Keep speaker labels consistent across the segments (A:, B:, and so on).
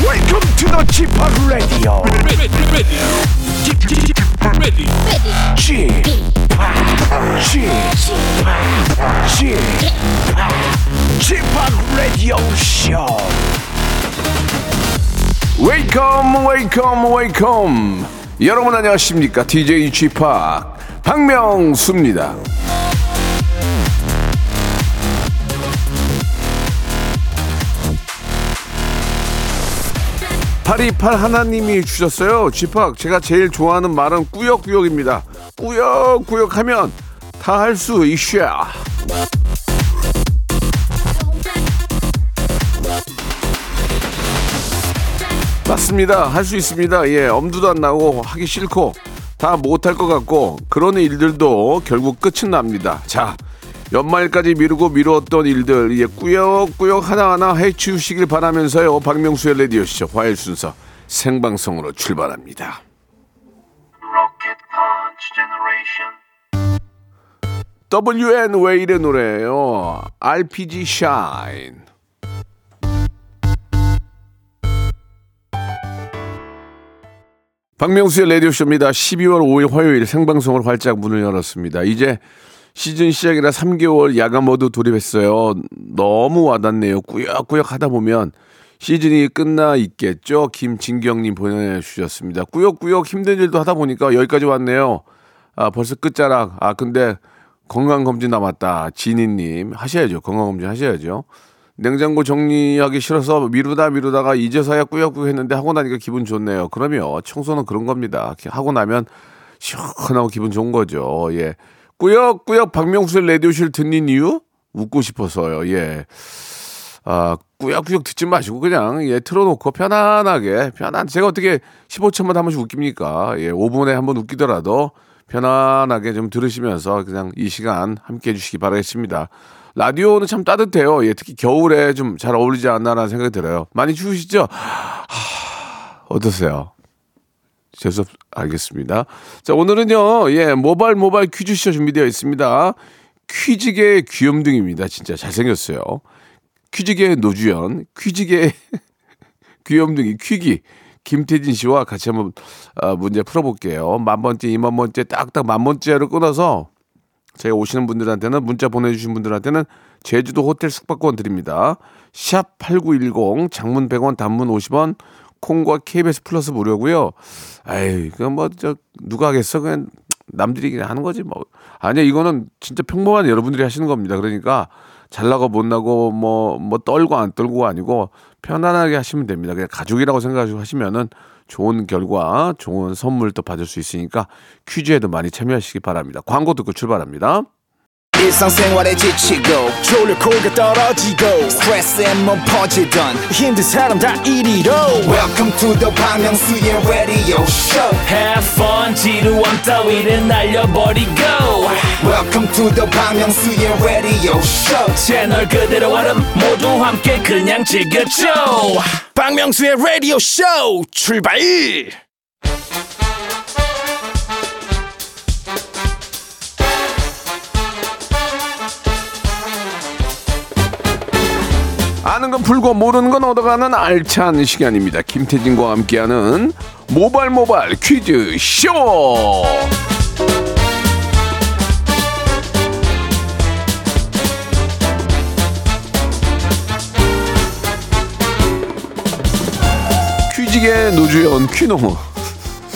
A: Welcome to the g p o p Radio.
B: ready, ready, Keep- keep- keep ready.
A: g p o p g p o p g p o p Radio Show.
C: 웨이컴 웨이컴 웨이컴 여러분 안녕하십니까 DJ g p o p 박명수입니다 파리팔 하나님이 주셨어요. 집합 제가 제일 좋아하는 말은 꾸역꾸역입니다. 꾸역꾸역 하면 다 할 수 있슈야. 맞습니다. 할 수 있습니다. 예, 엄두도 안 나고 하기 싫고 다 못할 것 같고 그런 일들도 결국 끝은 납니다. 자, 연말까지 미루고 미루었던 일들 예, 꾸역꾸역 하나하나 해치우시길 바라면서요. 박명수의 레디오 시죠 화요일 순서 생방송으로 출발합니다. WN 웨일의 노래예요. RPG Shine. 박명수의 라디오쇼입니다. 12월 5일 화요일 생방송을 활짝 문을 열었습니다. 이제 시즌 시작이라 3개월 야간 모두 돌입했어요. 너무 와닿네요. 꾸역꾸역 하다 보면 시즌이 끝나 있겠죠. 김진경님 보내주셨습니다. 꾸역꾸역 힘든 일도 하다 보니까 여기까지 왔네요. 아, 벌써 끝자락. 아, 근데 건강검진 남았다. 진희님. 하셔야죠. 건강검진 하셔야죠. 냉장고 정리하기 싫어서 미루다 미루다가 이제서야 꾸역꾸역 했는데 하고 나니까 기분 좋네요. 그러면 청소는 그런 겁니다. 이렇게 하고 나면 시원하고 기분 좋은 거죠. 예. 꾸역꾸역 박명수의 라디오실 듣는 이유? 웃고 싶어서요. 예. 아, 꾸역꾸역 듣지 마시고 그냥 예, 틀어놓고 편안하게 편안 제가 어떻게 15초마다 한 번씩 웃깁니까? 예, 5분에 한 번 웃기더라도 편안하게 좀 들으시면서 그냥 이 시간 함께 해주시기 바라겠습니다. 라디오는 참 따뜻해요. 예, 특히 겨울에 좀 잘 어울리지 않나라는 생각이 들어요. 많이 추우시죠? 하, 어떠세요? 죄송 알겠습니다. 자 오늘은요 예 모발 모발 퀴즈쇼 준비되어 있습니다. 퀴즈계의 귀염둥입니다. 진짜 잘생겼어요. 퀴즈계의 노주현, 퀴즈계의 귀염둥이 퀴기 김태진 씨와 같이 한번 아, 문제 풀어볼게요. 만 번째, 이만 번째, 딱딱 만 번째로 끊어서 제가 오시는 분들한테는 문자 보내주신 분들한테는 제주도 호텔 숙박권 드립니다. 샵 8910 장문 100원 단문 50원 콩과 KBS 플러스 무료고요. 아이 그건 뭐저 누가 하겠어 그냥 남들이 그냥 하는 거지 뭐 아니야 이거는 진짜 평범한 여러분들이 하시는 겁니다. 그러니까 잘 나고 못 나고 뭐 뭐 떨고 안 떨고가 아니고 편안하게 하시면 됩니다. 그냥 가족이라고 생각하시고 하시면은 좋은 결과, 좋은 선물 또 받을 수 있으니까 퀴즈에도 많이 참여하시기 바랍니다. 광고 듣고 출발합니다.
D: 일상생활에 지치고, 졸려 코가 떨어지고, 스트레스에 몸 퍼지던, 힘든 사람 다 이리로. welcome to the Bang Myung-soo's radio show
E: Have fun 지루한 따위를 날려버리고
D: welcome to the Bang Myung-soo's radio show
E: 채널 그대로 얼음 모두 함께 그냥 즐겨줘
B: 박명수의 라디오 쇼 출발!
C: 아는 건 풀고 모르는 건 얻어가는 알찬 시간입니다. 김태진과 함께하는 모발 모발 퀴즈 쇼. 퀴즈계 노주연 퀴노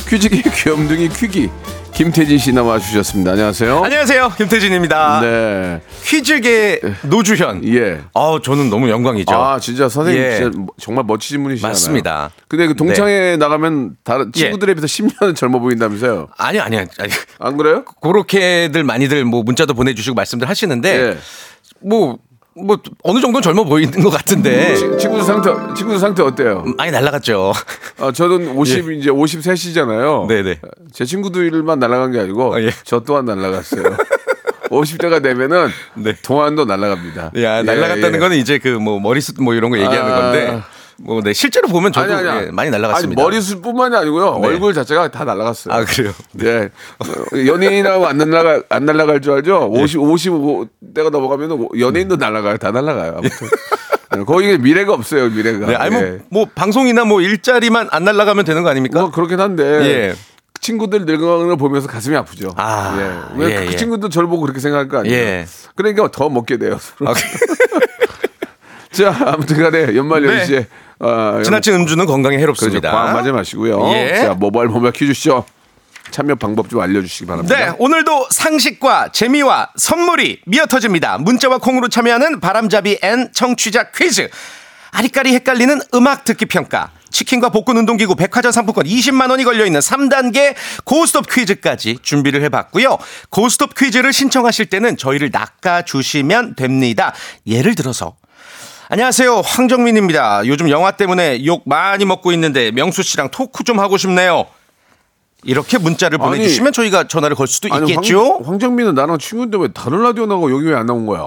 C: 퀴즈계 귀염둥이 퀴기 김태진 씨 나와주셨습니다. 안녕하세요.
F: 안녕하세요. 김태진입니다.
C: 어? 네,
F: 퀴즈계 노주현.
C: 예.
F: 아우 저는 너무 영광이죠.
C: 아 진짜 선생님
F: 예.
C: 진짜 뭐, 정말 멋지신 분이시잖아요.
F: 맞습니다. 네.
C: 근데 그 동창회 나가면 다른
F: 예.
C: 친구들에 비해서 10년 젊어 보인다면서요?
F: 아니요, 아니요. 아니,
C: 안 그래요?
F: 그렇게들 많이들 뭐 문자도 보내주시고 말씀들 하시는데
C: 예.
F: 뭐 뭐 어느 정도는 젊어 보이는 것 같은데
C: 치- 친구들 상태 친구들 상태 어때요?
F: 많이 날라갔죠.
C: 아, 저는 50 이제 53시잖아요.
F: 예. 네네.
C: 제 친구들만 날아간 게 아니고
F: 아, 예.
C: 저 또한 날아갔어요. 50대가 되면은
F: 네.
C: 동안도 날아갑니다.
F: 야
C: 예,
F: 날라갔다는
C: 예.
F: 거는 이제 그 뭐 머리숱 뭐 이런 거 얘기하는
C: 아.
F: 건데 뭐 네, 실제로 보면 저도 예, 많이 날라갔습니다.
C: 아니, 머리숱뿐만이 아니고요.
F: 네.
C: 얼굴 자체가 다 날아갔어요.
F: 아, 그래요?
C: 네. 어, 연예인하고 안 날아갈 안
F: 예.
C: 날아갈 줄 알죠? 50 55대가 넘어가면 연예인도 날아가요. 다 날아가요. 아무튼. 네, 거기 미래가 없어요, 미래가.
F: 네, 아니 뭐,
C: 예.
F: 뭐 방송이나 뭐 일자리만 안 날라가면 되는 거 아닙니까?
C: 뭐 그렇긴 한데
F: 예.
C: 친구들 늙어가는 걸 보면서 가슴이 아프죠.
F: 아,
C: 예. 왜
F: 예,
C: 그
F: 예.
C: 친구들 저를 보고 그렇게 생각할 거 아니에요.
F: 예.
C: 그러니까 더 먹게 돼요. 서로.
F: 아, 그
C: 자, 아무튼간에 연말
F: 네.
C: 연시에 아,
F: 지나친 음주는 건강에
C: 그렇죠.
F: 해롭습니다.
C: 과음하지 마시고요.
F: 예.
C: 자, 모바일 모바일 퀴즈쇼 참여 방법 좀 알려주시기 바랍니다.
F: 네, 오늘도 상식과 재미와 선물이 미어터집니다. 문자와 콩으로 참여하는 바람잡이 앤 청취자 퀴즈. 아리까리 헷갈리는 음악 듣기 평가. 치킨과 복근 운동기구 백화점 상품권 20만 원이 걸려있는 3단계 고스톱 퀴즈까지 준비를 해봤고요. 고스톱 퀴즈를 신청하실 때는 저희를 낚아주시면 됩니다. 예를 들어서 안녕하세요. 황정민입니다. 요즘 영화 때문에 욕 많이 먹고 있는데 명수 씨랑 토크 좀 하고 싶네요. 이렇게 문자를
C: 아니,
F: 보내주시면 저희가 전화를 걸 수도
C: 아니,
F: 있겠죠?
C: 황, 황정민은 나랑 친구인데 왜 다른 라디오 나고 여기 왜 안 나온 거야?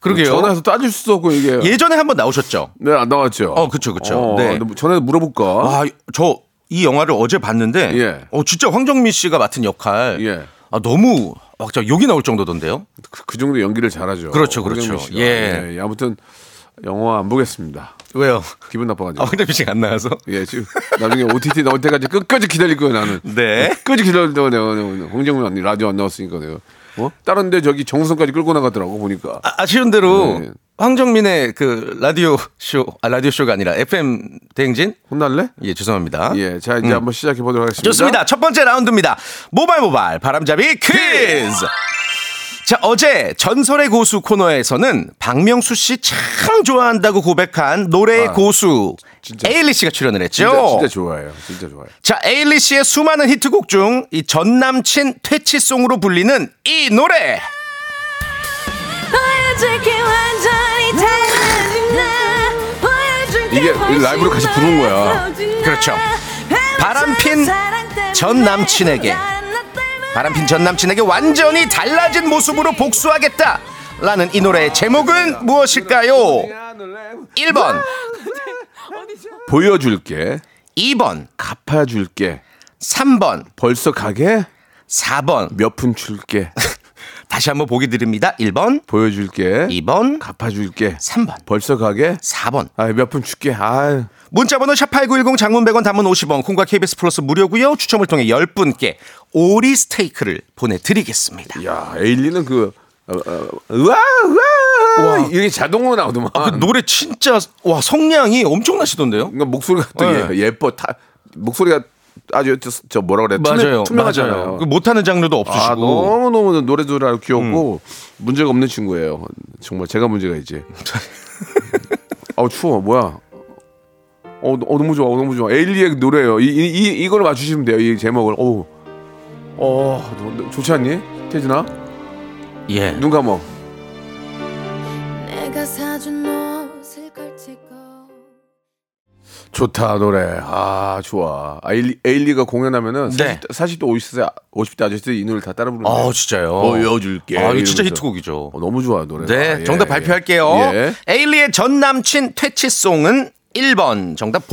F: 그러게요.
C: 전화해서 따질 수도 없고 이게.
F: 예전에 한번 나오셨죠?
C: 네, 안 나왔죠.
F: 어, 그쵸, 그쵸.
C: 어,
F: 네. 아.
C: 전화해서 물어볼까?
F: 와, 저 이 영화를 어제 봤는데,
C: 아, 예.
F: 어, 진짜 황정민 씨가 맡은 역할,
C: 예.
F: 아, 너무 막 진짜 욕이 나올 정도던데요?
C: 그, 그 정도 연기를 잘하죠.
F: 그렇죠, 그렇죠.
C: 황정민 씨가.
F: 예.
C: 예, 아무튼 영화 안 보겠습니다.
F: 왜요?
C: 기분 나빠가지고.
F: 아, 황정민 씨가 안 나와서?
C: 예, 지금 나중에 OTT 나올 때까지 끝까지 기다릴 거예요, 나는.
F: 네.
C: 끝까지 기다릴 때가 내가, 내가, 내가 홍정민 언니 라디오 안 나왔으니까 내가. 어? 다른데 저기 정우성까지 끌고 나가더라고 보니까.
F: 아, 아쉬운 대로
C: 네.
F: 황정민의 그 라디오 쇼, 아, 라디오 쇼가 아니라 FM 대행진?
C: 혼날래?
F: 예, 죄송합니다.
C: 예, 자 이제 한번 시작해 보도록 하겠습니다.
F: 음. 좋습니다. 첫 번째 라운드입니다. 모발 모발 바람잡이 퀴즈. 자, 어제 전설의 고수 코너에서는 박명수 씨 참 좋아한다고 고백한 노래의
C: 아,
F: 고수
C: 진짜.
F: 에일리 씨가 출연을 했죠.
C: 진짜, 진짜 좋아해요. 진짜 좋아해요.
F: 자, 에일리 씨의 수많은 히트곡 중 이 전남친 퇴치송으로 불리는 이 노래.
G: 보여줄게 완전히
F: 음.
G: 달라진 나 보여줄게
C: 이게 라이브로 같이 부르는 거야.
F: 그렇죠. 바람핀 전 남친에게. 바람핀 전 남친에게 완전히 달라진 모습으로 복수하겠다. 라는 이 노래의 제목은 무엇일까요? 1번,
C: 보여줄게,
F: 2번,
C: 갚아줄게,
F: 3번,
C: 벌써 가게
F: 4번.
C: 몇 푼 줄게,
F: 다시 한번 보기 드립니다. 1번,
C: 보여줄게,
F: 2번,
C: 갚아줄게,
F: 3번,
C: 벌써 가게,
F: 4번.
C: 아 몇 푼 줄게, 아
F: 문자번호 샵8910 장문 100원 단문 50원 콩과 KBS 플러스 무료고요. 추첨을 통해 10분께 오리 스테이크를 보내드리겠습니다.
C: 야, 에일리는 그 어, 어, 으아 으아
F: 우와.
C: 이게 자동으로 나오더만.
F: 노래 진짜 와 성량이 엄청나시던데요?
C: 그러니까 목소리가 또
F: 네.
C: 예, 예뻐. 타, 목소리가 아주 저, 저 뭐라 그래? 투명, 투명하잖아요.
F: 그 못하는 장르도 없으시고 음.
C: 아, 너무 너무 노래도 잘 귀엽고 문제가 없는 친구예요. 정말 제가 문제가 있지. 아우 추워. 뭐야? 어, 너- 어, 너무 좋아. 어, 너무 좋아. 에일리의 노래예요. 이, 이, 이 이걸 맞추시면 돼요. 이 제목을. 어. 어, 너- 너 좋지 않니? 태진아?
F: 예.
C: 눈 감어.
G: 내가 사준 옷을 걸치고
C: 좋다 노래 아 좋아 에일리, 에일리가 공연하면은
F: 네.
C: 40, 40대 50대 50대 아저씨들이 이 노래 다 따라 부르는데
F: 아 진짜요?
C: 보여줄게
F: 아 이거 진짜
C: 이러면서.
F: 히트곡이죠.
C: 어, 너무 좋아 예, 노래
F: 네, 정답 발표할게요. 에일리의 전 남친 퇴치송은 1번 정답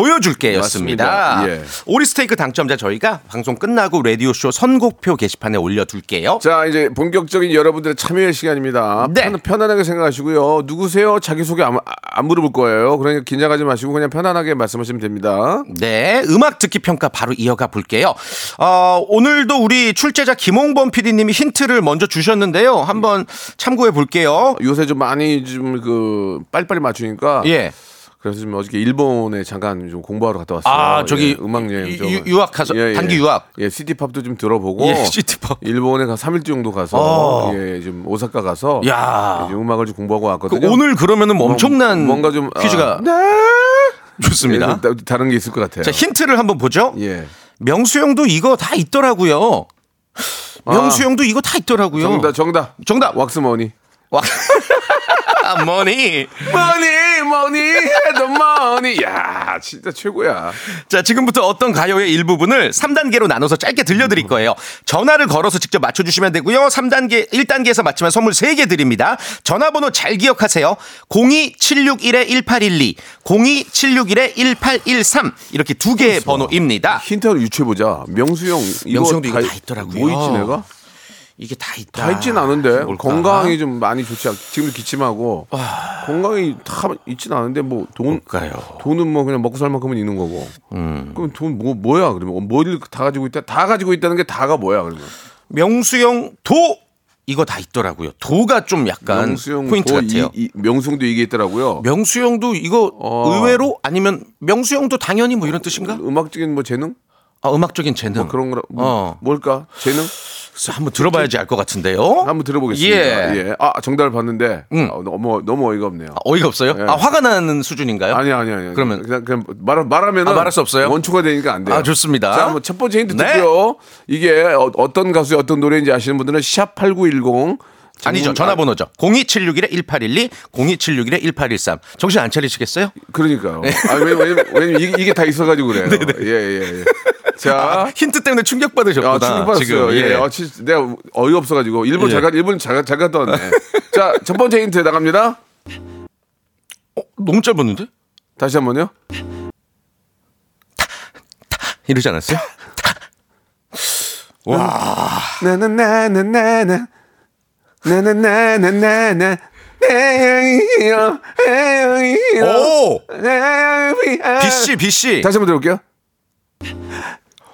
F: 보여줄게였습니다.
C: 맞습니다. 예.
F: 오리 스테이크 당첨자 저희가 방송 끝나고 라디오 쇼 선곡표 게시판에 올려둘게요.
C: 자 이제 본격적인 여러분들의 참여의 시간입니다
F: 네.
C: 편, 안하게 생각하시고요 누구세요 자기소개 안, 안 물어볼 거예요 그러니까 긴장하지 마시고 그냥 편안하게 말씀하시면 됩니다
F: 네, 음악 듣기 평가 바로 이어가 볼게요. 어, 오늘도 우리 출제자 김홍범 PD님이 힌트를 먼저 주셨는데요. 한번 참고해 볼게요.
C: 요새 좀 많이 좀 그 빨리빨리 맞추니까
F: 예.
C: 그래서 지금 어저께 일본에 잠깐 좀 공부하러 갔다 왔어요.
F: 아, 저기
C: 예, 음악 여행
F: 유-
C: 좀
F: 유- 유학 가서- 단기 유학.
C: 예, 시티팝도 좀 들어보고
F: 예, 시티팝.
C: 일본에 가 3일 정도 가서
F: 어.
C: 예, 지금 오사카 가서
F: 야.
C: 이제 음악을 좀 공부하고
F: 그
C: 왔거든요.
F: 오늘 그러면은 뭐 엄청난
C: 뭔가 좀
F: 퀴즈가
C: 아, 네. 예,
F: 좋습니다.
C: 다- 다른 게 있을 것 같아요.
F: 자, 힌트를 한번 보죠.
C: 예.
F: 명수 형도 이거 다 있더라고요. 명수 형도 이거 다 있더라고요.
C: 정답 정답.
F: 아. 정답.
C: 왁스머니.
F: 와. 아, 머니.
C: 머니 머니 해도 머니. 야, 진짜 최고야.
F: 자, 지금부터 어떤 가요의 일부분을 3단계로 나눠서 짧게 들려드릴 거예요. 전화를 걸어서 직접 맞춰주시면 되고요. 3단계, 1단계에서 맞추면 선물 3개 드립니다. 전화번호 잘 기억하세요. 02761-1812, 02761-1813. 이렇게 두 개의 번호입니다.
C: 힌트를 유추해 보자. 아. 명수 형 이거
F: 명수 형도 이거 다 있더라고요.
C: 뭐 있지 내가?
F: 이게 다 있다.
C: 다 있진 않은데
F: 뭘까?
C: 건강이 좀 많이 좋지 않. 지금 기침하고 건강이 다 있진 않은데 뭐 돈
F: 뭘까요? 음.
C: 돈은 뭐 그냥 먹고 살 만큼은 있는 거고. 그럼 돈 뭐 뭐야 그러면 뭐를 다 가지고 있다 다 가지고 있다는 게 다가 뭐야 그러면
F: 명수형 도 이거 다 있더라고요. 도가 좀 약간
C: 명수형
F: 그러니까 포인트
C: 도
F: 같아요.
C: 이, 이, 명수형도 이게 있더라고요.
F: 명수형도 이거
C: 어.
F: 의외로 아니면 명수형도 당연히 뭐 이런 뜻인가?
C: 음악적인 뭐 재능
F: 아, 음악적인 재능.
C: 그런 거라 뭐,
F: 어.
C: 뭘까 재능
F: 그래서 한번 들어봐야지 알 것 같은데요.
C: 한번 들어보겠습니다.
F: 예.
C: 예. 아 정답을 봤는데
F: 응.
C: 아, 너무 너무 어이가 없네요.
F: 아, 어이가 없어요?
C: 예.
F: 아 화가 나는 수준인가요?
C: 아니 아니 아니.
F: 그러면-
C: 그냥 그냥 말 말하면
F: 아, 말할 수 없어요?
C: 원초가 되니까 안 돼요.
F: 아, 좋습니다.
C: 자, 한번 첫 번째 힌트
F: 네.
C: 드고요. 이게 어, 어떤 가수의 어떤 노래인지 아시는 분들은 샵8910
F: 아니죠. 전화번호죠. 02761-1812, 02761-1813. 정신 안 차리시겠어요?
C: 그러니까요.
F: 네.
C: 아, 왜냐면, 왜냐면, 왜냐면 이게, 이게 다 있어가지고 그래요. 예, 예, 예. 자.
F: 힌트 때문에 충격받으셨구나.
C: 아, 충격받았어요.
F: 아, 지금.
C: 예.
F: 예.
C: 아, 진짜 내가 어이없어가지고. 일본
F: 예.
C: 잘 가, 일본 잘, 가- 잘 갔다 왔네. 자, 첫 번째 힌트 나갑니다.
F: 어, 너무 짧았는데?
C: 다시 한 번요.
F: 이러지 않았어요?
C: 나나나나나나. 나나나나나나. 내 향이요, 내 향이요.
F: 오!
C: BC
F: BC, BC.
C: 아. 다시 한번 들어볼게요.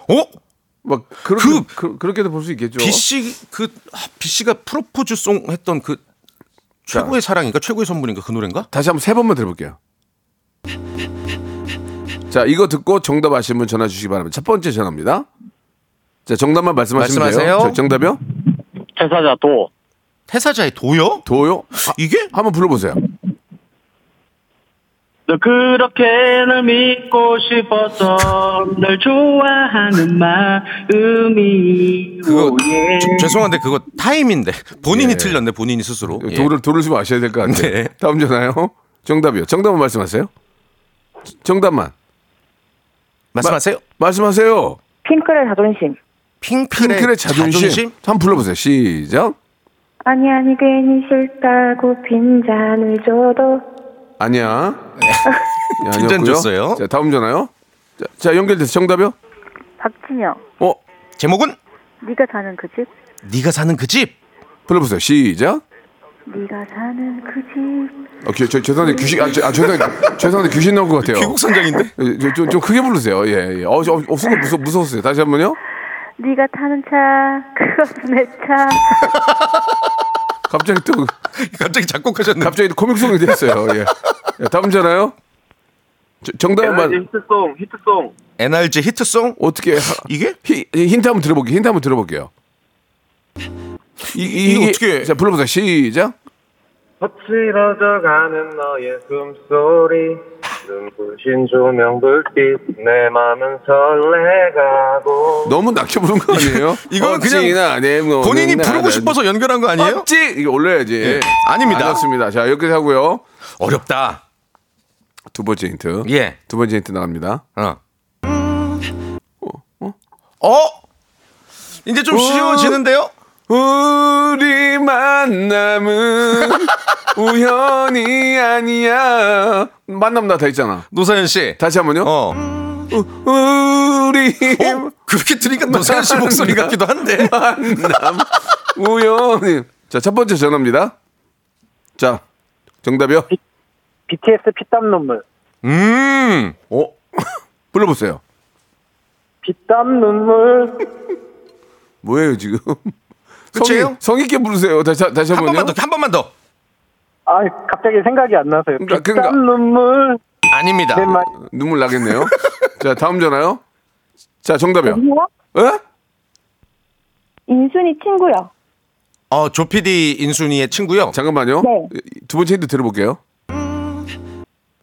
F: 어?
C: 막 그렇게
F: 그-
C: 그, 그렇게도 볼 수 있겠죠.
F: BC, 그, 아, BC가 프로포즈송 했던 그 최고의 사랑인가? 최고의 선물인가? 그 노래인가?
C: 다시 한번 세 번만 들어볼게요. 자 이거 듣고 정답 아시는 분 전화 주시기 바랍니다. 첫 번째 전화입니다. 자 정답만 말씀하시면
F: 말씀하세요.
C: 돼요. 자, 정답이요?
H: 퇴사자 도
F: 태사자의 도요?
C: 도요? 아,
F: 이게?
C: 한번 불러보세요.
H: 너 그렇게 날 믿고 싶었어 널 좋아하는 마음이
F: 그거,
H: 오예.
F: 저- 죄송한데 그거 타임인데. 본인이 틀렸네, 본인이 스스로. 예.
C: 예. 그 도를 도를 좀 아셔야 될 것 같아요.
F: 네.
C: 다음 전화요. 정답이요. 정답만 말씀하세요. 정답만
F: 말씀하세요.
C: 말씀하세요.
I: 핑클의 자존심.
F: 핑클의,
C: 핑클의 자존심. 한번 불러보세요. 시작.
I: 아니 아니 괜히 싫다고 빈잔을 줘도
C: 아니야. 네,
F: 빈잔
C: 아니었고요.
F: 줬어요.
C: 자 다음 전화요. 자, 자 연결돼서 정답이요.
I: 박진영
C: 어
F: 제목은
I: 네가 사는 그 집.
F: 네가 사는 그 집.
C: 불러보세요. 시작.
I: 네가 사는 그 집.
C: 어, 귀, 저, 죄송한데 귀신 아, 죄- 아 죄송한데 죄송한데 귀신 나온 것 같아요.
F: 귀국선장인데.
C: 좀, 좀, 좀 크게 부르세요. 예, 예. 어, 저, 어, 순간 무서, 무서웠어요. 다시 한 번요.
I: 네가 타는 차 그것은 내 차.
C: 갑자기 또,
F: 갑자기 작곡하셨네.
C: 갑자기 또 코믹송이 됐어요. 예. 예, 다음 전화요. 저-
F: 네,
C: 정답만,
H: 히트송 히트송
F: NRG 히트송.
C: 어떻게, 하,
F: 이게?
C: 히, 힌트 한번 들어볼게요. 힌트 한번 들어볼게요. 이, 이,
F: 이거 어떻게-
C: 자, 불러보세요. 시작.
H: 거칠어져 가는 너의 숨소리 눈부신 조명 불빛 내 맘은 설레가고
C: 너무 낮게 부른 거 아니에요?
F: 이건 그냥
C: 어찌나 내 몸은
F: 본인이
C: 나-
F: 부르고
C: 나-
F: 싶어서 연결한 거 아니에요? 예.
C: 어찌! 이거 올려야지.
F: 아닙니다.
C: 아니었습니다. 자, 여기까지 하고요.
F: 어렵다.
C: 두 번째 힌트.
F: 예.
C: 두 번째 힌트 나갑니다.
F: 어.
C: 음.
F: 어? 이제
C: 어?
F: 좀 쉬워지는데요?
C: 우리 만남은 우연이 아니야. 만남 나 다 있잖아.
F: 노사연 씨.
C: 다시 한 번요.
F: 어.
C: 우리
F: 어? 그렇게 들으니까 노사연 씨 목소리 같기도 한데.
C: 만남 우연이. 자, 첫 번째 전화입니다. 자, 정답이요.
H: BTS 피땀 눈물
F: 음.
C: 어? 불러보세요.
H: 피땀 눈물
C: 뭐예요, 지금?
F: 끝이에요?
C: 성의, 성의 있게 부르세요. 다시, 다시
F: 한
C: 한 번요.
F: 번만 더. 한 번만 더.
H: 아 갑자기 생각이 안 나서요
C: 그러니까- 어.
H: 피땀
C: 그러니까-
H: 눈물
F: 아닙니다.
H: 내 말.
C: 눈물 나겠네요. 자, 다음 전화요. 자, 정답이요. 예? 에?
I: 인순이 친구요.
F: 어, 조피디 인순이의 친구요.
C: 잠깐만요.
I: 네.
C: 두 번째 힌트 들어볼게요.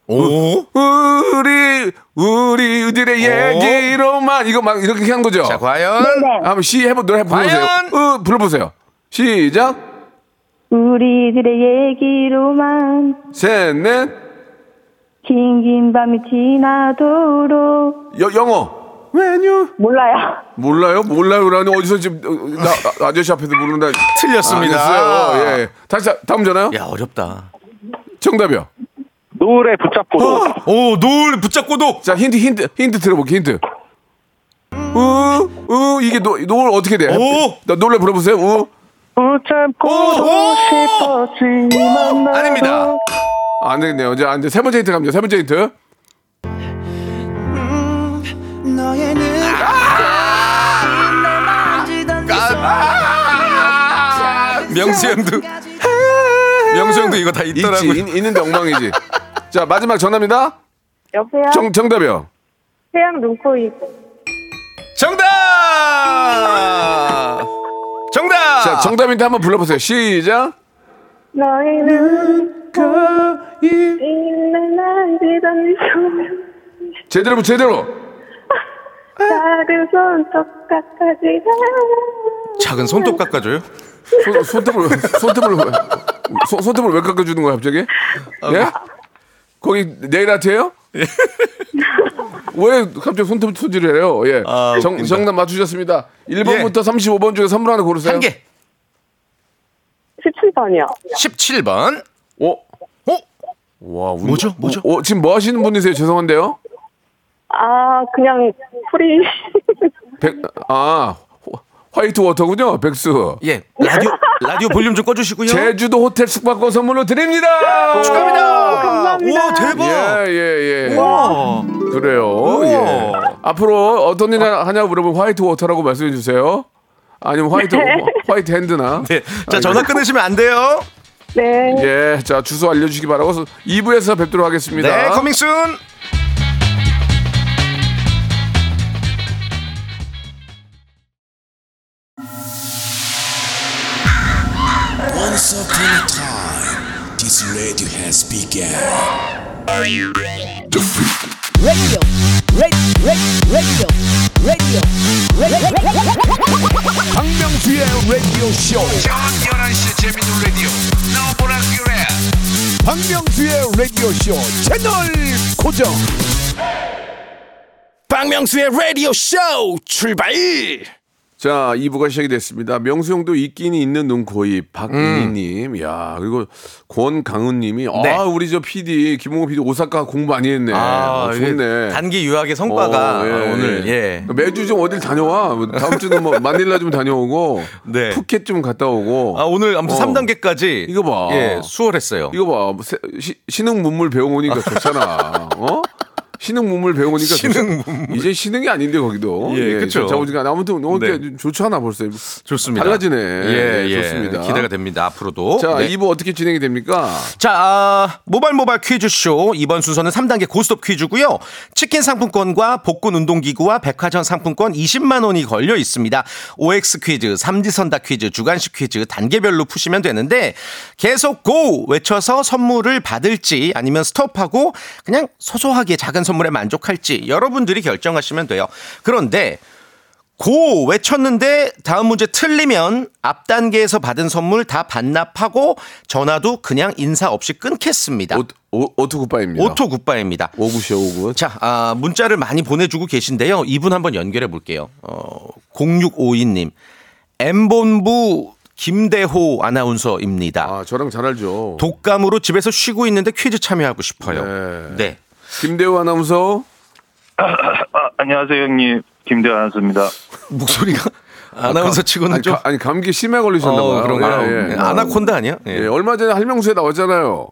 F: 오.
C: 우리 우리 우리의 얘기로만 이거 막 이렇게 한 거죠.
F: 어? 자, 과연
I: 네.
C: 한번 시 해보 노래 불러보세요.
F: 과연?
C: 으, 불러보세요. 시작
I: 우리들의 얘기로만
C: 셋넷
I: 긴긴 밤이 지나도록
C: 여- 영어. When you-
I: 몰라요.
C: 몰라요 몰라요라는 어디서 지금 어, 나, 나- 아저씨 앞에서 모른다.
F: 틀렸습니다. 예.
C: 아, 됐어요. 예. 다시 자- 다음 전화요.
F: 야, 어렵다.
C: 정답이요.
H: 노래 붙잡고
C: 어.
F: 오, 노을 붙잡고도
C: 자 힌트 힌트 힌트 들어볼게 힌트. 우우 이게 노, 노을 어떻게 돼?
F: 오!
C: 나 노래 불러보세요. 우
H: 붙잡고도
F: 오!
H: 싶었지만 나도
F: 아닙니다.
C: 안 되겠네요. 이제 안 돼. 세 번째 힌트 갑니다. 세 번째 힌트.
F: 아!
I: 네
F: 명수 형도 명수 형도 이거 다
C: 있지.
F: 아. 있더라고요.
C: 있, 있는데 엉망이지. 자, 마지막 전화입니다.
I: 여보세요?
C: 정, 정답이요.
I: 태양 눈코입.
F: 정답! 정답!
C: 자, 정답인데 한번 불러보세요. 시작.
I: 너의 눈, 있는 날 비던 손,
C: 제대로, 제대로.
I: 작은 손톱 깎아지.
F: 작은 손톱 깎아줘요.
C: 손, 손톱을 왜- 손톱을 왜- 손, 손톱을 왜 깎아주는 거야 갑자기?
F: 아, 뭐.
C: 예? 거기 네일 아트예요? 왜 갑자기 손톱 투지를 해요? 예.
F: 아,
C: 정,
F: 웃긴다. 예.
C: 정답 맞추셨습니다. 1번부터 35번 중에 선물 하나 고르세요.
F: 한 개.
I: 17번이요.
F: 17번.
C: 어?
F: 어?
C: 와, 우리-
F: 뭐죠? 뭐죠?
C: 어, 지금 뭐 하시는 분이세요? 죄송한데요.
I: 아, 그냥 프리.
C: 백, 아, 호- 화이트 워터군요. 백수.
F: 예. 라디오 라디오 볼륨 좀 꺼주시고요.
C: 제주도 호텔 숙박권 선물로 드립니다.
F: 예. 축하합니다.
I: 감사합니다.
F: 와 대박.
C: 예, 예, 예.
F: 와.
C: 그래요. 예. 앞으로 어떤 일 하냐 물어보면 화이트 워터라고 말씀해 주세요. 아니면 화이트 화이트 핸드나.
F: 네. 자 전화 끊으시면 안 돼요.
I: 네.
C: 예, 자 주소 알려주시기 바라고 2부에서 뵙도록 하겠습니다.
F: 네. 커밍순.
A: Once upon a time, this radio has begun. 박명수의 라디오 쇼. 저녁 11시 재밌는 라디오. 너무나 귀해. 박명수의 라디오 쇼 채널 고정.
B: 박명수의 라디오 쇼 출발
C: 자, 2부가 시작이 됐습니다. 명수 형도 있긴 있는 눈코입 박민희님, 야 그리고 권강훈님이
F: 음. 네.
C: 아 우리 저 PD 김홍호 PD 오사카 공부 많이 했네. 아,
F: 이게
C: 좋네.
F: 단기 유학의 성과가
C: 어, 예,
F: 오늘
C: 예.
F: 예.
C: 매주 좀 어딜 다녀와 다음 주는 뭐 마닐라 좀 다녀오고
F: 네.
C: 푸켓 좀 갔다 오고
F: 아 오늘 아무튼
C: 어.
F: 3단계까지
C: 이거 봐.
F: 예, 수월했어요.
C: 이거 봐 뭐 세- 시, 신흥 문물 배워오니까 좋잖아 어 신흥 문물 배워오니까
F: 신흥
C: 좋-
F: 문물.
C: 이제 신흥이 아닌데 거기도
F: 예, 그쵸. 네.
C: 자 보니까 아무튼 어때 좋잖아 벌써
F: 좋습니다.
C: 달라지네
F: 예, 예,
C: 좋습니다
F: 기대가 됩니다. 앞으로도.
C: 자
F: 네.
C: 2부 어떻게 진행이 됩니까
F: 자, 아, 모발 모발 퀴즈쇼. 이번 순서는 3단계 고스톱 퀴즈고요. 치킨 상품권과 복근 운동기구와 백화점 상품권 20만원이 걸려 있습니다. OX 퀴즈, 삼지선다 퀴즈, 주간식 퀴즈 단계별로 푸시면 되는데 계속 고! 외쳐서 선물을 받을지 아니면 스톱하고 그냥 소소하게 작은 선물에 만족할지 여러분들이 결정하시면 돼요. 그런데 고 외쳤는데 다음 문제 틀리면 앞 단계에서 받은 선물 다 반납하고 전화도 그냥 인사 없이 끊겠습니다.
C: 오, 오, 오토 굿바입니다
F: 오토 굿바입니다.
C: 오굿이요 오굿
F: 자, 아, 문자를 많이 보내주고 계신데요. 이분 한번 연결해 볼게요. 어, 0652님. M본부 김대호 아나운서입니다.
C: 아 저랑 잘 알죠
F: 독감으로 집에서 쉬고 있는데 퀴즈 참여하고 싶어요.
C: 네.
F: 네.
C: 김대호 아나운서
J: 안녕하세요 형님 김대환 아나운서입니다.
F: 목소리가 아나운서 치고는
C: 아니,
F: 좀
C: 가- 아니, 감기 심해 걸리셨나
F: 어,
C: 봐요
F: 그런가요?
C: 예, 예.
F: 아나콘다 아니야? 예.
C: 예, 얼마 전에 할명수에 나왔잖아요.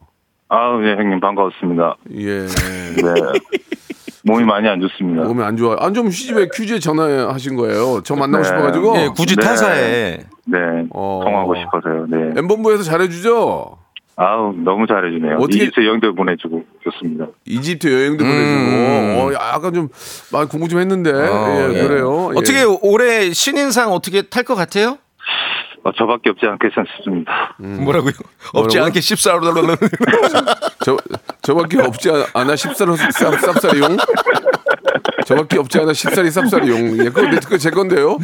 J: 아우 예 형님 반가웠습니다.
C: 예.
J: 네 몸이 많이 안 좋습니다.
C: 몸이 안 좋아요. 안 좋으면 시집에 퀴즈에 전화하신 거예요. 저 만나고
J: 네.
C: 싶어가지고.
F: 예, 굳이
J: 네.
F: 타사에
J: 네
C: 어.
J: 통하고 싶어서요. 네
C: 엠본부에서 잘해주죠?
J: 아우 너무 잘해주네요.
C: 어떻게-
J: 이집트 영대 보내주고 좋습니다.
C: 이집트 여행도
F: 음.
C: 보내주고. 어, 약간 좀 많이 공부 좀 했는데. 예, 그래요. 예.
F: 아, 어떻게 올해 신인상 어떻게 탈 것 같아요?
J: 어, 저밖에 없지 않겠습 싶습니다.
C: 음.
F: 뭐라고요? 없지 않게 14로
C: 저, 저밖에 없지 않- 않아? 십사로 쌉- 쌉싸리용? 저밖에 없지 않아? 십사리 쌉싸리용. 예, 그거, 내- 그거 제 건데요.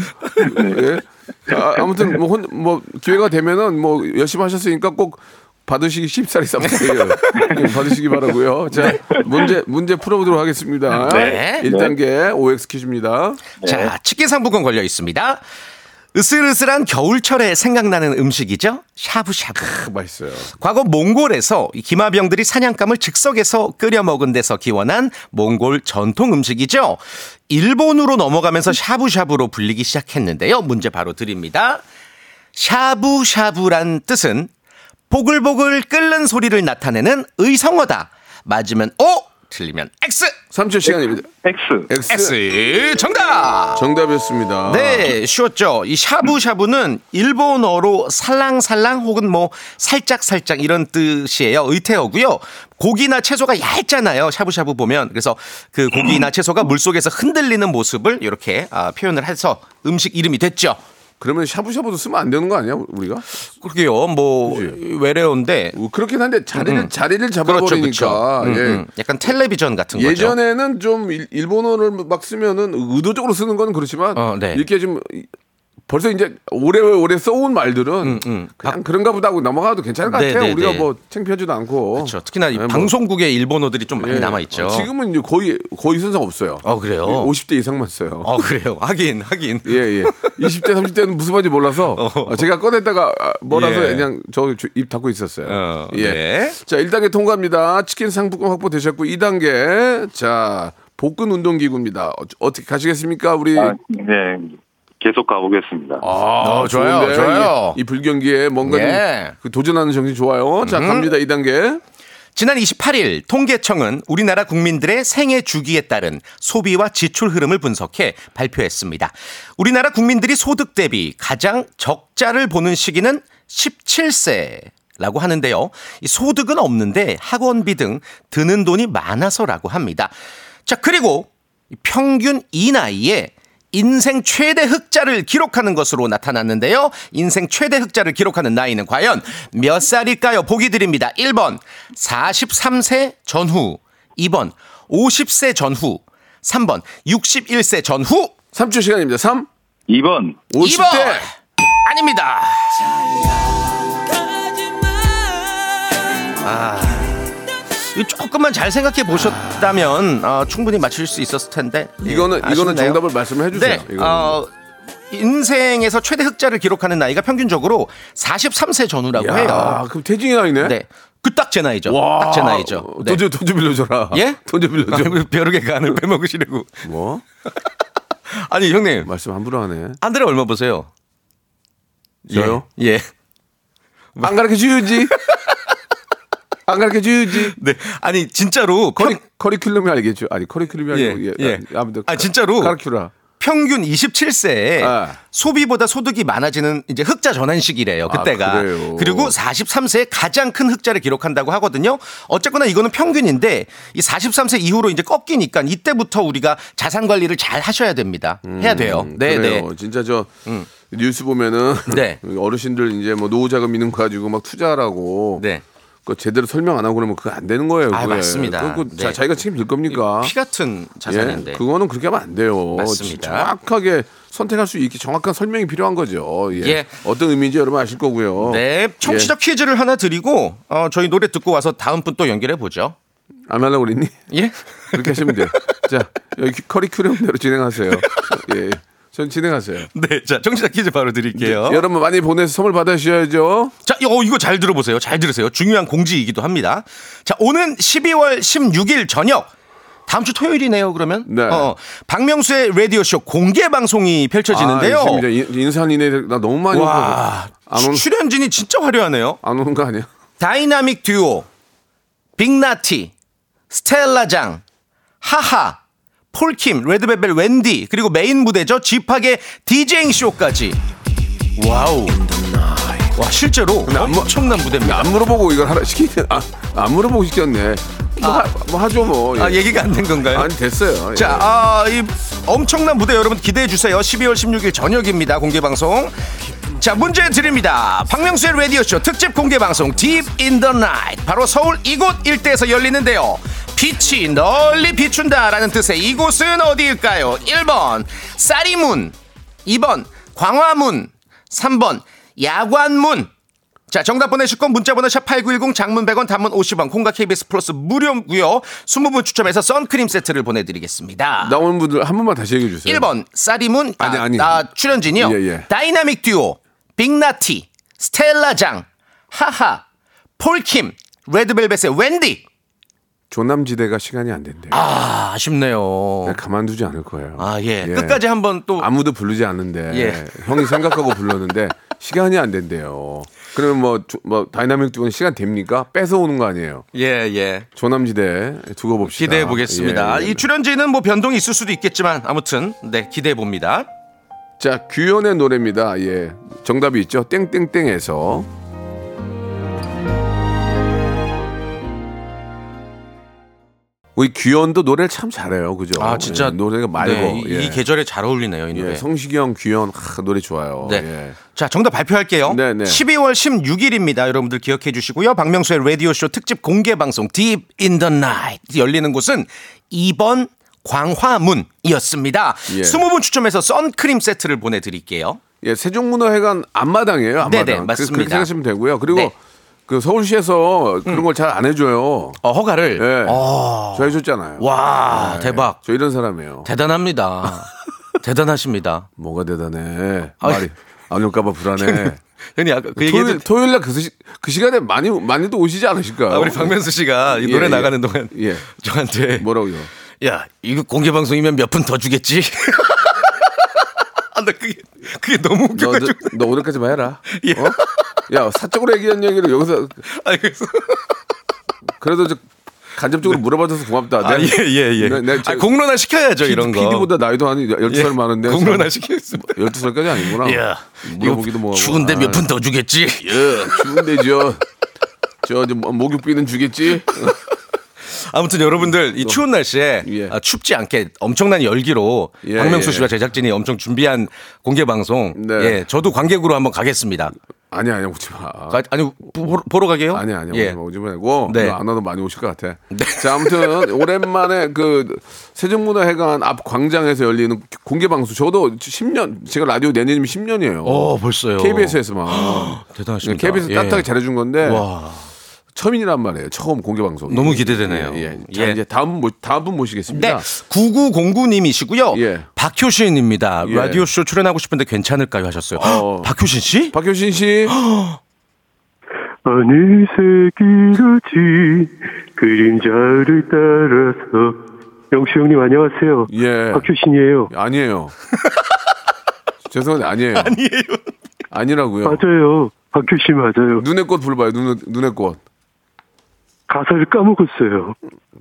C: 예. 아, 아무튼, 뭐, 혼, 뭐, 기회가 되면은 뭐, 열심히 하셨으니까 꼭 받으시기 십사리 쌉싸리 예, 받으시기 바라고요 자, 문제, 문제 풀어보도록 하겠습니다.
F: 네.
C: 1단계 OX 퀴즈입니다.
F: 자, 치킨 상품권 걸려 있습니다. 으슬으슬한 겨울철에 생각나는 음식이죠. 샤브샤브.
C: 그 맛있어요.
F: 과거 몽골에서 이 기마병들이 사냥감을 즉석에서 끓여 먹은 데서 기원한 몽골 전통 음식이죠. 일본으로 넘어가면서 샤브샤브로 불리기 시작했는데요. 문제 바로 드립니다. 샤부샤부란 뜻은 보글보글 끓는 소리를 나타내는 의성어다. 맞으면 O, 틀리면 X.
C: 3초 시간입니다.
J: X.
C: X.
F: X. 정답.
C: 정답이었습니다.
F: 네, 쉬웠죠. 이 샤브샤브는 일본어로 살랑살랑 혹은 뭐 살짝살짝 이런 뜻이에요. 의태어고요. 고기나 채소가 얇잖아요. 샤브샤브 보면. 그래서 그 고기나 채소가 물속에서 흔들리는 모습을 이렇게 아, 표현을 해서 음식 이름이 됐죠.
C: 그러면 샤브샤브도 쓰면 안 되는 거 아니야 우리가?
F: 그러게요. 뭐
C: 그지?
F: 외래어인데
C: 어, 그렇긴 한데 자리를
F: 음.
C: 자리를
F: 그렇죠,
C: 잡아버리니까
F: 그렇죠. 음, 음. 약간 텔레비전 같은
C: 예.
F: 거죠.
C: 전에는좀 일- 일본어를 막 쓰면은 의도적으로 쓰는 건 그렇지만
F: 어, 네.
C: 이렇게 좀 이- 벌써 이제 오래오래 써온 말들은 그냥 그런가 보다 하고 넘어가도 괜찮을 것
F: 음, 네,
C: 같아요.
F: 네,
C: 우리가
F: 네.
C: 뭐 창피하지도 않고.
F: 그렇죠. 특히나 이
C: 네, 뭐.
F: 방송국의 일본어들이 좀 많이
C: 예.
F: 남아 있죠.
C: 어, 지금은 예, 이제 거의 거의 순상 없어요.
F: 어, 그래요?
C: 50대 이상만 써요.
F: 어 그래요. 하긴 하긴.
C: 예, 예. 20대, 30대는 무슨 말인지 몰라서
F: 어.
C: 제가 꺼냈다가 아, 뭐라서
F: 예.
C: 그냥 저 입 닫고 있었어요.
F: 어,
C: 예.
F: 네.
C: 자, 1단계 통과입니다. 치킨 상품권 확보되셨고 2단계 자, 복근 운동기구입니다. 어, 어떻게 가시겠습니까? 우리
J: 아, 네. 계속 가보겠습니다.
C: 예. 아,
F: 좋아요,
C: 좋은데.
F: 좋아요.
C: 이, 이 불경기에 뭔가 좀
F: 예.
C: 그 도전하는 정신 좋아요. 자, 갑니다. 2단계.
F: 지난 28일 통계청은 우리나라 국민들의 생애 주기에 따른 소비와 지출 흐름을 분석해 발표했습니다. 우리나라 국민들이 소득 대비 가장 적자를 보는 시기는 17세. 라고 하는데요. 이 소득은 없는데 학원비 등 드는 돈이 많아서라고 합니다. 자, 그리고 평균 이 나이에 인생 최대 흑자를 기록하는 것으로 나타났는데요. 인생 최대 흑자를 기록하는 나이는 과연 몇 살일까요? 보기 드립니다. 1번 43세 전후, 2번 50세 전후, 3번 61세 전후,
C: 3초 시간입니다. 3
J: 2번.
C: 50대.
F: 2번 아닙니다. 아, 이 조금만 잘 생각해 보셨다면 어, 충분히 맞출 수 있었을 텐데 예,
C: 이거는 이거는
F: 아쉽네요.
C: 정답을 말씀해 주세요.
F: 네,
C: 이거는.
F: 어, 인생에서 최대 흑자를 기록하는 나이가 평균적으로 43세 전후라고
C: 야,
F: 해요.
C: 그럼 태진이 나이네.
F: 네, 그 딱 제 나이죠. 딱 제 나이죠. 네.
C: 돈좀 돈좀 빌려줘라.
F: 예?
C: 어, 돈좀 빌려줘.
F: 아이고, 벼룩의 간을 빼먹으시려고.
C: 뭐?
F: 아니 형님,
C: 말씀 함부로 하네.
F: 한 달에 얼마 보세요?
C: 저요?
F: 예. 예.
C: 안 가르쳐 주지. 안 가르쳐 주지.
F: 네, 아니 진짜로
C: 커리
F: 평,
C: 커리큘럼이 알겠죠. 아니 커리큘럼이
F: 예,
C: 아니고 예,
F: 예.
C: 아무튼
F: 아, 진짜로?
C: 가르쳐라.
F: 평균 27세에
C: 아.
F: 소비보다 소득이 많아지는 이제 흑자 전환 시기래요. 그때가.
C: 그래요?
F: 그리고 43세에 가장 큰 흑자를 기록한다고 하거든요. 어쨌거나 이거는 평균인데 이 43세 이후로 이제 꺾이니까 이때부터 우리가 자산 관리를 잘 하셔야 됩니다. 해야 돼요. 네,
C: 음, 그래요.
F: 네.
C: 진짜 저 뉴스 보면은
F: 네.
C: 어르신들 이제 뭐 노후 자금 있는 거 가지고 막 투자하라고.
F: 네.
C: 그 제대로 설명 안 하고 그러면 그거 안 되는 거예요.
F: 아,
C: 그게.
F: 맞습니다.
C: 그거 자,
F: 네.
C: 자기가 책임질 겁니까?
F: 피 같은 자산인데.
C: 예, 그거는 그렇게 하면 안 돼요.
F: 맞습니다.
C: 정확하게 선택할 수 있게 정확한 설명이 필요한 거죠. 예.
F: 예.
C: 어떤 의미인지 여러분 아실 거고요.
F: 네. 청취자 퀴즈를 하나 드리고 어, 저희 노래 듣고 와서 다음 분 또 연결해 보죠.
C: 예. 안 하려고 그랬니?
F: 예?
C: 그렇게 하시면 돼요. 자, 여기 커리큘럼대로 진행하세요. 예. 전 진행하세요.
F: 네. 자, 청취자 퀴즈 바로 드릴게요.
C: 여러분 많이 보내서 선물 받으셔야죠.
F: 자, 이거, 이거 잘 들어보세요. 잘 들으세요. 중요한 공지이기도 합니다. 자, 오는 12월 16일 저녁. 다음 주 토요일이네요, 그러면.
C: 네.
F: 어, 박명수의 라디오쇼 공개 방송이 펼쳐지는데요.
C: 아, 지금 이제 인- 인산이네. 나 너무 많이
F: 와,
C: 안 오는-
F: 출연진이 진짜 화려하네요.
C: 안 오는 거 아니야?
F: 다이나믹 듀오, 빅나티, 스텔라장, 하하, 폴킴, 레드벨벳 wendy 그리고 메인 무대죠. 지팍의 디제잉 쇼까지. 와우. 와, 실제로
C: 안 뭐-
F: 엄청난 무대입니다.
C: 안 물어보고 이걸 하라 시키네. 아, 안 물어보고 시켰네. 뭐, 하, 뭐 하죠 뭐. 예.
F: 아, 얘기가 안 된 건가요?
C: 아니 됐어요. 예.
F: 자, 아, 이 엄청난 무대 여러분 기대해 주세요. 12월 16일 저녁입니다. 공개 방송. 자, 문제 드립니다. 박명수의 라디오쇼 특집 공개 방송 Deep in the Night. 바로 서울 이곳 일대에서 열리는데요. 빛이 널리 비춘다라는 뜻의 이곳은 어디일까요? 1번 쌀이문, 2번 광화문, 3번 야관문. 자, 정답 보내실 건 문자번호 샵8910 장문 100원 단문 50원 콩과 KBS 플러스 무료고요 20분 추첨해서 선크림 세트를 보내드리겠습니다.
C: 나오는 분들 한 번만 다시 얘기해 주세요.
F: 1번 쌀이문
C: 네. 아니,
F: 아,
C: 아니.
F: 아, 출연진이요.
C: 예, 예.
F: 다이나믹 듀오 빅나티 스텔라장 하하 폴킴 레드벨벳의 wendy
C: 조남지대가 시간이 안 된대요.
F: 아, 아쉽네요.
C: 그냥 가만두지 않을 거예요.
F: 아, 예. 끝까지 한번 또
C: 아무도 부르지 않는데
F: 예.
C: 형이 생각하고 불렀는데 시간이 안 된대요. 그러면 뭐, 조- 뭐 다이나믹 듀오는 시간 됩니까? 뺏어오는 거 아니에요.
F: 예, 예.
C: 조남지대 두고 봅시다.
F: 기대해 보겠습니다.
C: 예, 예.
F: 이 출연진은 뭐 변동이 있을 수도 있겠지만 아무튼 네, 기대해 봅니다.
C: 자, 규현의 노래입니다. 예. 정답이 있죠. 땡땡땡에서 우리 규현도 노래를 참 잘해요. 그죠?
F: 아, 진짜
C: 예, 노래가 말고
F: 네, 이,
C: 예.
F: 이 계절에 잘 어울리네요, 이 노래.
C: 예, 성시경 형, 규현 아, 노래 좋아요.
F: 네.
C: 예.
F: 자, 정답 발표할게요.
C: 네, 네.
F: 12월 16일입니다. 여러분들 기억해 주시고요. 박명수의 라디오쇼 특집 공개 방송 Deep in the Night 열리는 곳은 2번 광화문이었습니다.
C: 예.
F: 20분 추첨해서 선크림 세트를 보내드릴게요.
C: 예, 세종문화회관 앞마당이에요. 앞마당.
F: 네네,
C: 그래서
F: 맞습니다.
C: 그렇게 생각하시면 되고요. 그리고
F: 네. 음.
C: 그 서울시에서 그런 걸 잘 안 해줘요.
F: 어, 허가를.
C: 예.
F: 어.
C: 저 해줬잖아요. 예.
F: 와,
C: 네.
F: 대박.
C: 저 이런 사람이에요.
F: 대단합니다. 대단하십니다.
C: 뭐가 대단해.
F: 아이. 네.
C: 말이 안 올까봐 불안해.
F: 형님, 아까 그 얘기도
C: 토요일, 토요일 날그 시- 그 시간에 많이 많이도 오시지 않으실까요?
F: 아, 우리 박명수 씨가 이
C: 어, 예,
F: 노래
C: 예.
F: 나가는 동안
C: 예.
F: 저한테
C: 뭐라고요?
F: 야 이거 공개 방송이면 몇 분 더 주겠지? 아, 나 그게 그게
C: 너,
F: 너무
C: 너,
F: 웃겨가지고
C: 너 오늘까지만 해라.
F: 예.
C: 어? 야 사적으로 얘기한 얘기를 여기서
F: 아, 그래서
C: 그래도 저 간접적으로 물어봐줘서 고맙다.
F: 아, 예, 예, 예.
C: 내- 내
F: 아, 공론화 시켜야죠
C: 네, 피-
F: 이런 거.
C: PD보다 나이도 한 12살
F: 예,
C: 많은데.
F: 공론화 시키겠습니다.
C: 12살까지 아니구나.
F: 야,
C: 물어보기도
F: 이거
C: 뭐하고.
F: 추운데 몇
C: 아,
F: 분 더 주겠지?
C: 예, 추운데 저, 저, 저 뭐, 목욕비는 주겠지?
F: 아무튼 여러분들 이 추운 날씨에
C: 예.
F: 아, 춥지 않게 엄청난 열기로
C: 예,
F: 박명수
C: 예.
F: 씨와 제작진이 엄청 준비한 공개 방송.
C: 네.
F: 예, 저도 관객으로 한번 가겠습니다.
C: 아니야, 아니야, 오지 마.
F: 가- 아니 보러, 보러 가게요?
C: 아니 아니
F: 예.
C: 오지 마 오지 말고
F: 네.
C: 네. 안 와도 많이 오실 것 같아. 자 아무튼 오랜만에 그 세종문화회관 앞 광장에서 열리는 공개 방송 저도 10년 제가 라디오 내년이면 10년이에요.
F: 어 벌써요.
C: KBS에서만 네,
F: 대단하십니다.
C: KBS
F: 예.
C: 따뜻하게 잘해준 건데
F: 와.
C: 처음이란 말이에요. 처음 공개 방송.
F: 너무 기대되네요.
C: 예, 예. 자
F: 예.
C: 이제 다음 모- 다음 분
F: 네,
C: 모시겠습니다.
F: 9909님이시고요.
C: 예.
F: 박효신입니다.
C: 예.
F: 라디오 쇼 출연하고 싶은데 괜찮을까요 하셨어요.
C: 어.
F: 박효신 씨?
C: 박효신 씨.
H: 어느새 길었지 그림자를 따라서 영수 형님 안녕하세요.
C: 예.
H: 박효신이에요.
C: 아니에요. 죄송한데 아니에요. 아니에요. 아니라고요.
H: 맞아요. 박효신 맞아요.
C: 눈의 꽃 불러봐요. 눈 눈의 꽃.
H: 가사를 까먹었어요.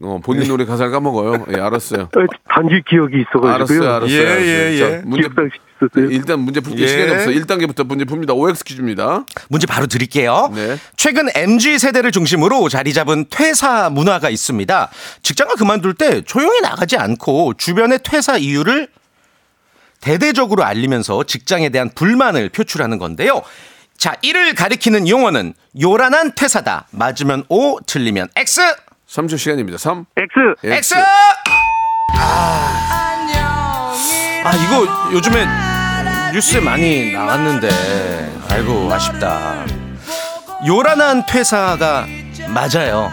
C: 어,
F: 네.
C: 본인 노래 가사를 까먹어요. 예, 알았어요.
H: 아, 단지 기억이 있어가지고요.
C: 알았어요, 알았어요.
F: 예,
C: 알았어요.
F: 예,
C: 자,
F: 예.
C: 문제, 네,
H: 기억당시 있었어요.
C: 일단 문제 풀게
F: 예.
C: 시간이 없어. 1단계부터 문제 풉니다. OX 퀴즈입니다.
F: 문제 바로 드릴게요.
C: 네.
F: 최근 MG 세대를 중심으로 자리 잡은 퇴사 문화가 있습니다. 직장을 그만둘 때 조용히 나가지 않고 주변의 퇴사 이유를 대대적으로 알리면서 직장에 대한 불만을 표출하는 건데요. 자, 이를 가리키는 용어는 요란한 퇴사다. 맞으면 O, 틀리면 X.
C: 3초 시간입니다. 3.
H: X.
F: X. 아 이거 요즘에 뉴스에 많이 나왔는데 아이고 아쉽다 요란한 퇴사가 맞아요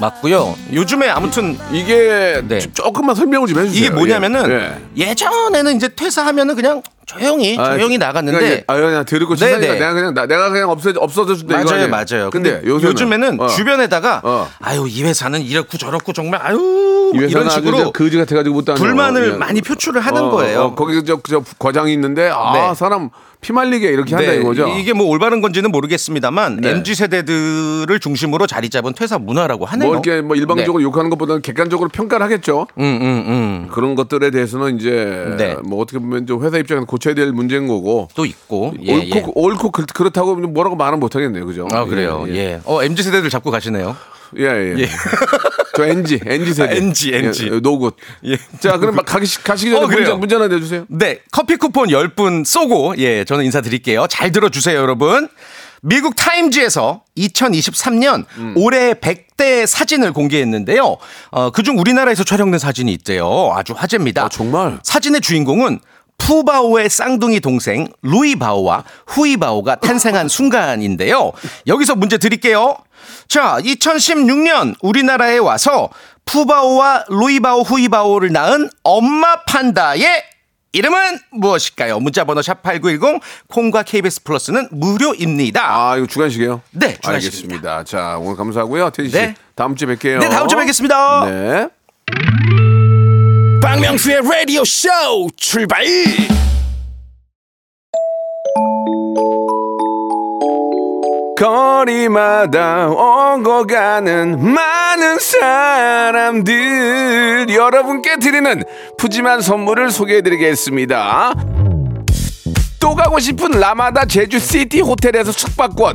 F: 맞고요 요즘에 아무튼
C: 이게
F: 네.
C: 좀- 조금만 설명을 좀 해주세요.
F: 이게 뭐냐면은
C: 예.
F: 예. 전에는 이제 퇴사하면은 그냥 조용히
C: 아,
F: 조용히
C: 그냥,
F: 나갔는데
C: 아, 그냥 들고 치사니까
F: 네네.
C: 내가 그냥 나- 내가 그냥 없어 없어져 준다 이거
F: 맞아요
C: 아니에요?
F: 맞아요
C: 근데,
F: 근데,
C: 요새는,
F: 요즘에는
C: 어,
F: 주변에다가
C: 어.
F: 아유 이 회사는 이렇고 저렇고 정말 아유
C: 이 회사는
F: 이런
C: 아주
F: 식으로
C: 그냥 거지 같아 가지고 못 다녀.
F: 불만을
C: 예.
F: 많이 표출을 하는
C: 어,
F: 거예요.
C: 어, 거기 저, 저 과장이 있는데 아
F: 네.
C: 사람 피말리게 이렇게 한다
F: 네,
C: 이거죠.
F: 이게 뭐 올바른 건지는 모르겠습니다만
C: 네.
F: MZ 세대들을 중심으로 자리 잡은 퇴사 문화라고 하네요.
C: 뭐 이렇게 뭐 일방적으로 욕하는 것보다는 객관적으로 평가를 하겠죠.
F: 네. 음, 음, 음.
C: 그런 것들에 대해서는 이제
F: 네.
C: 뭐 어떻게 보면 좀 회사 입장에서 고쳐야 될 문제인 거고
F: 또 있고. 예,
C: 옳고
F: 예.
C: 옳고 그- 그렇다고 뭐라고 말은 못 하겠네요, 그죠?
F: 아 그래요. 예. 어 MZ 세대들 잡고 가시네요.
C: 예, 예. 저 NG, NG 세대.
F: 아, NG.
C: 예, 노굿.
F: 예.
C: 자, 그럼 막 가기 가시기 전에
F: 어, 그래요.
C: 문제 문제 하나 내주세요.
F: 네, 커피 쿠폰 10분 쏘고 예, 저는 인사드릴게요. 잘 들어주세요, 여러분. 미국 타임즈에서 2023년
C: 음.
F: 올해 100대 사진을 공개했는데요. 어, 그중 우리나라에서 촬영된 사진이 있대요. 아주 화제입니다.
C: 아, 정말?
F: 사진의 주인공은 푸바오의 쌍둥이 동생 루이바오와 후이바오가 탄생한 순간인데요. 여기서 문제 드릴게요. 자, 2016년 우리나라에 와서 푸바오와 루이바오 후이바오를 낳은 엄마 판다의 이름은 무엇일까요? 문자번호 샵8910 콩과 KBS 플러스는 무료입니다.
C: 아 이거 주간식이에요?
F: 네, 주간식입니다.
C: 알겠습니다. 자 오늘 감사하고요, 태진 씨.
F: 네.
C: 다음 주에 뵐게요.
F: 네, 다음 주에 뵙겠습니다.
C: 네.
B: 박명수의 라디오 쇼 출발.
C: 거리마다 오고 가는 많은 사람들 여러분께 드리는 푸짐한 선물을 소개해드리겠습니다. 또 가고 싶은 라마다 제주 시티 호텔에서 숙박권,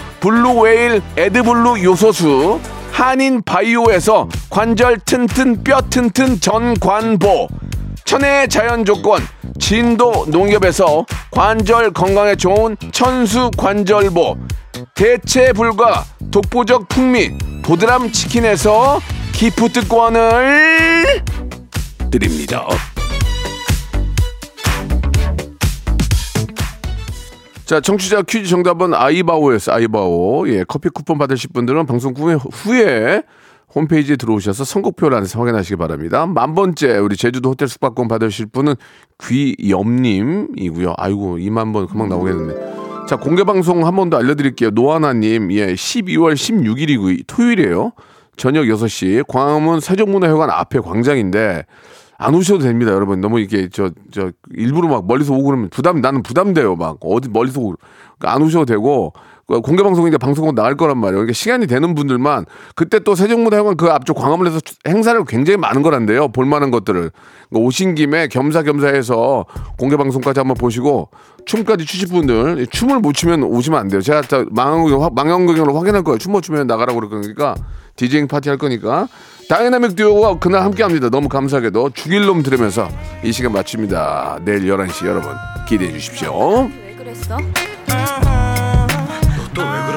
C: 블루웨일 에드블루 요소수 한인 바이오에서 관절 튼튼 뼈 튼튼 전관보 천혜의 자연 조건 진도 농협에서 관절 건강에 좋은 천수 관절보 대체 불과 독보적 풍미 보드람 치킨에서 기프트권을 드립니다. 자, 청취자 퀴즈 정답은 아이바오였어요. 아이바오. 예, 커피 쿠폰 받으실 분들은 방송 후에, 후에 홈페이지에 들어오셔서 선곡표란에서 확인하시기 바랍니다. 만 번째 우리 제주도 호텔 숙박권 받으실 분은 귀염님이고요. 아이고, 2만 번 금방 나오겠는데. 자, 공개 방송 한 번 더 알려드릴게요. 노하나님, 예, 12월 16일이고 토요일이에요. 저녁 6시 광화문 세종문화회관 앞에 광장인데 안 오셔도 됩니다, 여러분. 너무 이게 저 저 일부러 막 멀리서 오고 그러면 부담 나는 부담돼요. 막 어디 멀리서 오고 그러니까 안 오셔도 되고 그 공개 방송이니까 방송국 나갈 거란 말이에요. 그러니까 시간이 되는 분들만 그때 또 세종문화회관 그 앞쪽 광화문에서 추- 행사를 굉장히 많은 거란데요. 볼만한 것들을 그러니까 오신 김에 겸사겸사해서 공개 방송까지 한번 보시고 춤까지 추실 분들 춤을 못 추면 오시면 안 돼요. 제가 다 망원경 확- 망원경으로 확인할 거예요. 춤 못 추면 나가라고 그럴 거니까 디제잉 파티 할 거니까 다이나믹 듀오와 그날 함께합니다. 너무 감사하게도 죽일 놈 들으면서 이 시간 마칩니다. 내일 11시 여러분 기대해 주십시오.
G: 왜 그랬어?
F: 또 왜